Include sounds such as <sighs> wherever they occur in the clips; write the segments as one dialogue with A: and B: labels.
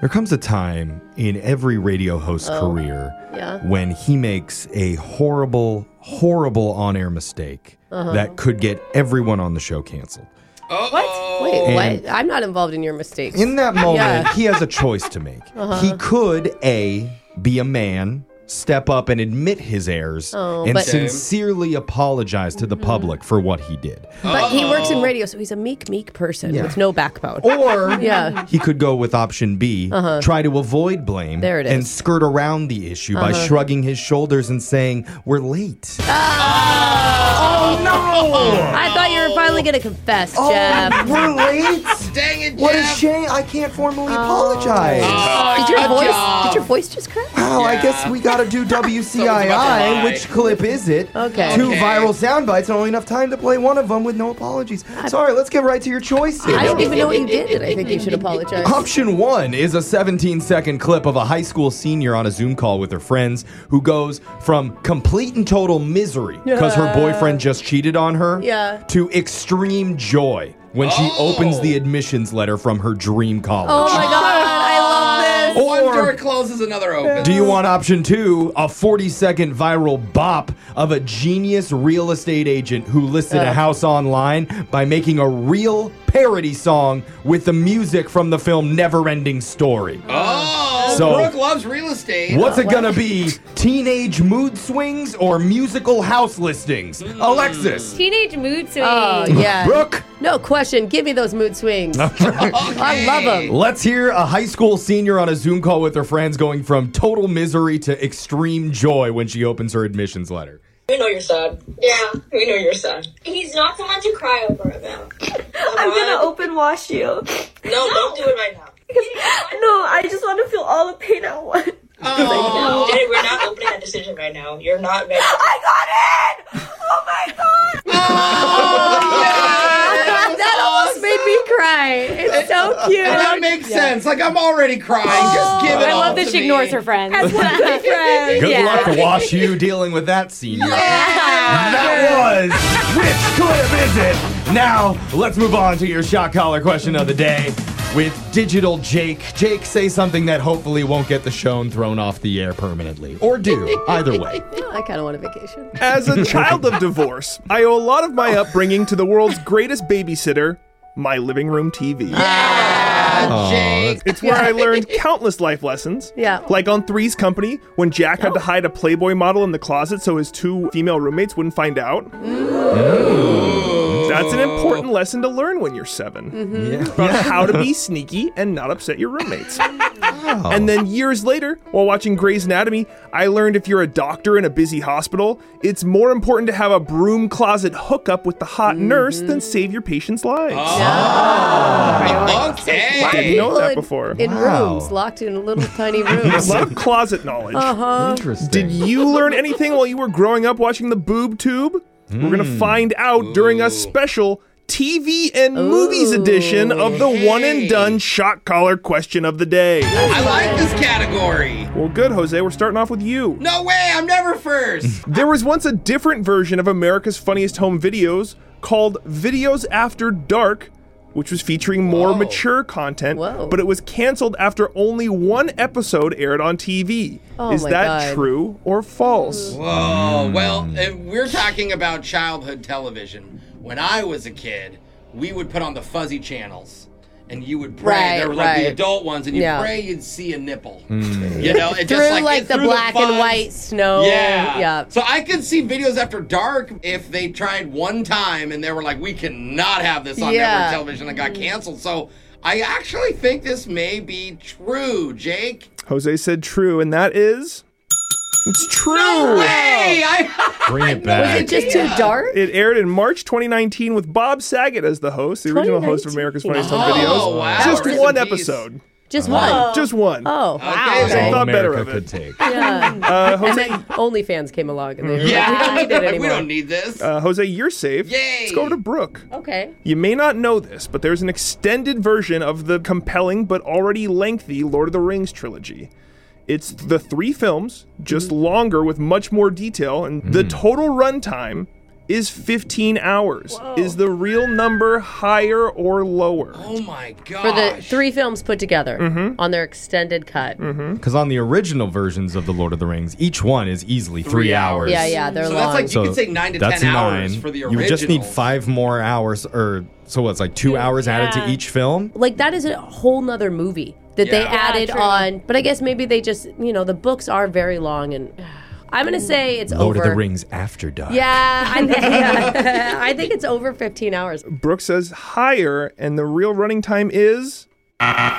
A: There comes a time in every radio host's career
B: Oh, yeah.
A: when he makes a horrible, horrible on air mistake
B: Uh-huh.
A: that could get everyone on the show canceled.
B: What? Wait,
A: And-
B: what? I'm not involved in your mistakes.
A: In that moment,
B: <laughs> Yeah. Uh-huh.
A: he has a choice to
B: <laughs>
A: make. He could A, be a man, step up and admit his errors, and
B: Oh, but- Mm-hmm.
A: sincerely apologize to the public for what he did.
B: but he works
A: Oh.
B: in radio, so he's a meek, meek person with no backbone.
A: Or
B: <laughs> Yeah.
A: he could go with option B, try to avoid blame
B: Uh-huh. There it
A: and
B: is. Uh-huh.
A: skirt around the issue by shrugging his shoulders and saying, We're late.
B: I thought you were finally going to confess,
A: Oh.
B: Jeff.
A: We're late?
B: <laughs>
C: Dang it,
A: What a
C: Jeff.
A: shame. I can't formally
B: Oh.
A: apologize.
B: Did
A: Oh,
B: your voice? Did your voice just crack?
A: Wow, I guess we gotta
B: <laughs>
A: do WCII.
C: lie.
A: Which clip is it?
B: Okay.
A: Two
C: Okay.
A: viral sound bites and only enough time to play one of them with no apologies. Sorry, let's get right to your choices.
B: I don't even know what you did. and I think you should apologize.
A: Option one is a 17 second clip of a high school senior on a Zoom call with her friends who goes from complete and total misery because her boyfriend just cheated on her
B: Yeah.
A: to extreme joy when she opens the admissions letter from her dream
B: Oh
A: college.
B: my god, I love this.
C: One
A: Or-
C: door closes, another opens.
A: Do you want option two, a 40 second viral bop of a genius real estate agent who listed a house online by making a real parody song with the music from the film Never Ending Story?
C: Oh,
A: So-
C: Brooke loves real estate.
A: What's it gonna be? Teenage mood swings or musical house listings?
C: Hmm.
A: Alexis,
D: Teenage mood swings.
B: Oh yeah.
A: Brooke,
B: No question. Give me those mood swings. I love them.
A: let's hear a high school senior on a Zoom call with her friends going from total misery to extreme joy when she opens her admissions letter.
E: We know you're sad.
F: Yeah,
E: We know you're sad.
F: he's not someone to cry over about.
D: I'm gonna open wash <laughs> you.
E: No, don't do it right now.
D: No, I just want to feel all the pain at once. <laughs>
E: No,
F: Oh.
E: Janet, we're not opening that decision right now. You're not ready.
D: I got it! Oh my god!
B: That almost made me cry. It's so cute.
C: And that makes sense. Like I'm already crying.
B: Oh,
C: Just give it.
D: I
C: all
D: love that
C: to
D: she
C: me.
D: ignores her friends. friends.
A: Good luck, Wash You, dealing with that senior. That was Which Clip Is It? Now, let's move on to your shot collar question of the day with Digital Jake. Jake, say something that hopefully won't get the show thrown off the air permanently. Or do, either
G: <laughs>
A: way.
B: I kind of want a vacation.
G: As a child of divorce, I owe a lot of my upbringing to the world's greatest babysitter, my living room TV.
A: Aw, that's-
G: It's where I learned countless life lessons.
B: Yeah.
G: Like on Three's Company, when Jack had to hide a Playboy model in the closet so his two female roommates wouldn't find out. That's an important lesson to learn when you're 7 About how to be sneaky and not upset your roommates. And then years later, while watching Grey's Anatomy, I learned if you're a doctor in a busy hospital, it's more important to have a broom closet hookup with the hot nurse than save your patient's lives.
B: <laughs>
C: Okay.
G: Didn't know
B: People
G: that
B: in-
G: before.
B: In
A: Wow.
B: rooms, locked in little
C: <laughs>
B: tiny rooms.
G: A lot of closet knowledge.
A: Uh-huh. interesting.
G: Uh, Did you learn anything while you were growing up watching the boob tube? We're going to find out during a special TV and movies edition of the one and done shot collar question of the day.
C: I like this category.
G: Well, good, Jose. We're starting off with you.
C: No way. I'm
A: <laughs>
C: never first.
G: There was once a different version of America's Funniest Home Videos called Videos After Dark, which was featuring more mature content,
B: Whoa.
G: but it was canceled after only one episode aired on TV.
B: Oh
G: Is
B: my
G: that
B: God.
G: true or false?
C: Whoa. Well, if we're talking about childhood television. When I was a kid, we would put on the fuzzy channels. And you would pray.
B: Right,
C: there were like
B: right.
C: the adult ones, and you
B: Yeah.
C: pray you'd see a nipple.
A: Hmm.
C: You know, it
B: Through
C: just
B: like,
C: like, it-
B: the
C: through
B: black and
C: fuzz.
B: white snow.
C: Yeah.
B: Yeah.
C: So I could see videos after dark if they tried one time and they were like, we cannot have this on
B: Yeah.
C: network television and got canceled. So I actually think this may be true, Jake.
G: Jose said true, and that is. It's true!
C: Hey,
B: <laughs>
C: I,
G: <laughs>
A: Bring it
B: Was it
A: back.
B: just too dark?
G: It aired in March 2019 with Bob Saget as the host, the original host
B: 2019.
G: of America's Funniest Home Videos.
C: oh, wow.
G: Just
C: Rest in
G: one
C: peace.
G: episode.
B: Just one.
G: Just one.
B: Oh.
C: Okay,
G: I
C: then.
G: thought better
A: America
G: of it.
A: could take.
C: <laughs>
B: Yeah.
G: Uh, Jose,
B: And then OnlyFans came along and they were
C: <laughs> Yeah,
B: like, we don't need it
C: we
B: anymore.
C: don't need this.
G: uh, Jose, you're saved.
C: Yay.
G: Let's go over to Brooke.
B: okay.
G: You may not know this, but there's an extended version of the compelling but already lengthy Lord of the Rings trilogy. It's the three films, just longer with much more detail, and the total runtime is 15 hours. Is the real number higher or lower?
C: Oh my god.
B: For the three films put together
G: Mm-hmm.
B: on their extended cut.
A: Because on the original versions of The Lord of the Rings, each one is easily three,
C: Three
A: hours.
C: hours.
B: Yeah, yeah, they're
C: So
B: long.
C: that's like you could say nine to
A: that's
C: ten hours
A: nine.
C: for the
A: You
C: original.
A: would just need five more hours, or so what's like two hours added to
D: yeah.
A: each film?
B: like that is a whole nother movie that they
C: Yeah.
D: Yeah,
B: added
D: true.
B: on but i guess maybe they just you know the books are very long and <sighs> i'm gonna say it's
A: Lord
B: over
A: of the Rings After Dark.
B: yeah I, think, yeah. I think it's over 15 hours Uh,
G: Brooke says higher, and the real running time is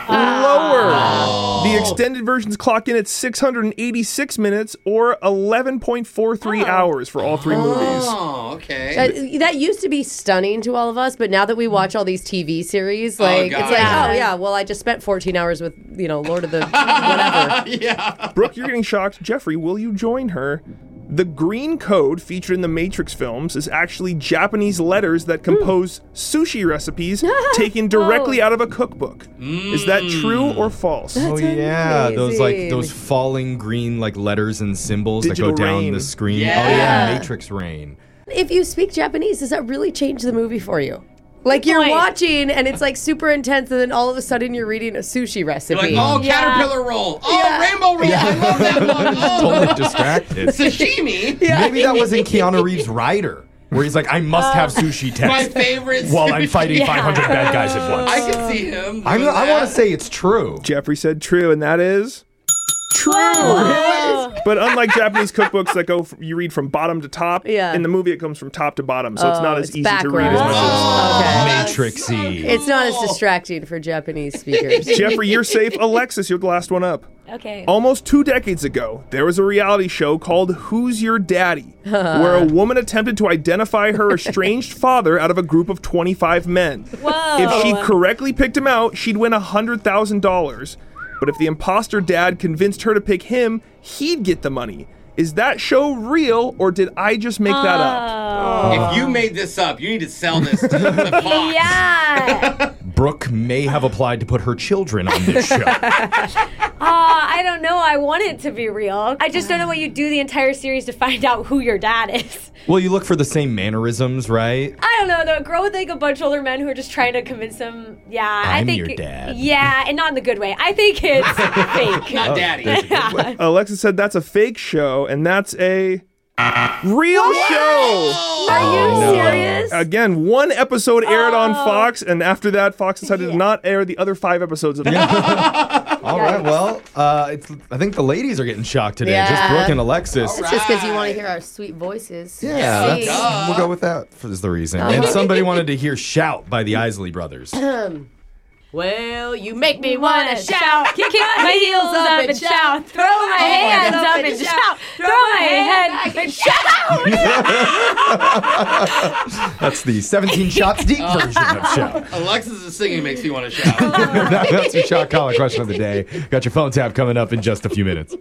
G: lower.
C: Ah.
G: The extended versions clock in at 686 minutes or 11.43 hours for all three movies.
C: Oh, okay.
B: that, that used to be stunning to all of us but now that we watch all these tv series like
C: God.
B: it's like
C: Yeah.
B: oh yeah well i just spent 14 hours with you know lord of the
C: <laughs>
B: whatever
C: <laughs> yeah.
G: Brooke, you're getting shocked. Jeffrey, will you join her? The green code featured in the Matrix films is actually Japanese letters that
B: Hmm.
G: compose sushi recipes
B: <laughs> Oh.
G: taken directly out of a cookbook. Is that
B: Hmm.
G: true or false?
A: Oh yeah, those like
B: amazing.
A: those falling green like letters and symbols
G: Digital
A: that go down
G: rain.
A: the screen. Oh
C: Yeah.
A: yeah, Matrix rain.
B: if you speak japanese does that really change the movie for you like you're
D: point.
B: watching and it's like super intense and then all of a sudden you're reading a sushi
C: You're
B: recipe
C: like, oh, caterpillar roll. Oh, rainbow roll. I
A: <laughs>
C: love <laughs> that one.
A: Totally
C: Oh,
A: distracted.
C: sashimi.
A: Maybe that was in Keanu Reeves' Rider, where he's like, I must have
B: Oh.
A: sushi
C: My
A: text
C: favorite.
A: <laughs> while I'm
C: sushi.
A: fighting 500 bad guys at once.
C: I can see him.
A: I'm,
C: doing
A: I want to
C: that.
A: say it's true.
G: Jeffrey said true, and that is true. But unlike Japanese cookbooks that go, from, you read from bottom to top.
B: Yeah. Oh,
G: In the movie, it comes from top to bottom, so it's not as
B: it's
G: easy to
B: backwards.
G: read as much as.
B: Oh, Okay.
A: Matrixy.
B: It's not as distracting for Japanese speakers. <laughs>
G: Jeffrey, you're safe. Alexis, you're the last one up.
D: Okay.
G: Almost two decades ago, there was a reality show called Who's Your Daddy, where a woman attempted to identify her estranged father out of a group of 25 men.
D: Whoa.
G: If she correctly picked him out, she'd win $100,000. But if the imposter dad convinced her to pick him, he'd get the money. Is that show real, or did I just make that up?
C: If you made this up, you need to sell this to the Fox.
D: yeah.
A: Brooke may have applied to put her children on this show.
D: Aw, I don't know. I want it to be real. I just don't know what you do the entire series to find out who your dad is. <laughs>
A: well, you look for the same mannerisms, right?
D: I don't know though. Grow with like a bunch of older men who are just trying to convince them. Yeah, i
A: I'm
D: think.
A: your dad.
D: Yeah, and not in the good way. I
A: <laughs>
D: think it's fake.
A: Oh,
C: Not daddy.
G: Alexa said that's a fake show, and that's a real show.
D: Are you
A: no.
D: serious? Oh.
G: Again, one episode aired on Fox, and after that, Fox decided to not air the other five episodes of the
A: All right, well, uh, it's, I think the ladies are getting shocked today. Just
B: Yeah.
A: Brooke and Alexis.
B: It's just because you want to hear our sweet voices.
A: Yeah,
B: Sing.
A: that's, we'll go with that is the reason. And somebody wanted to hear "Shout" by the Isley Brothers.
B: Well, you make me wanna shout.
D: Kick my heels up and shout. Throw my hands up and shout. Throw my head up and shout.
A: That's the 17 shots deep version of "Shout." <laughs>
C: Alexis' singing makes me want to shout.
A: That's your shot caller question of the day. Got your phone tap coming up in just a few minutes.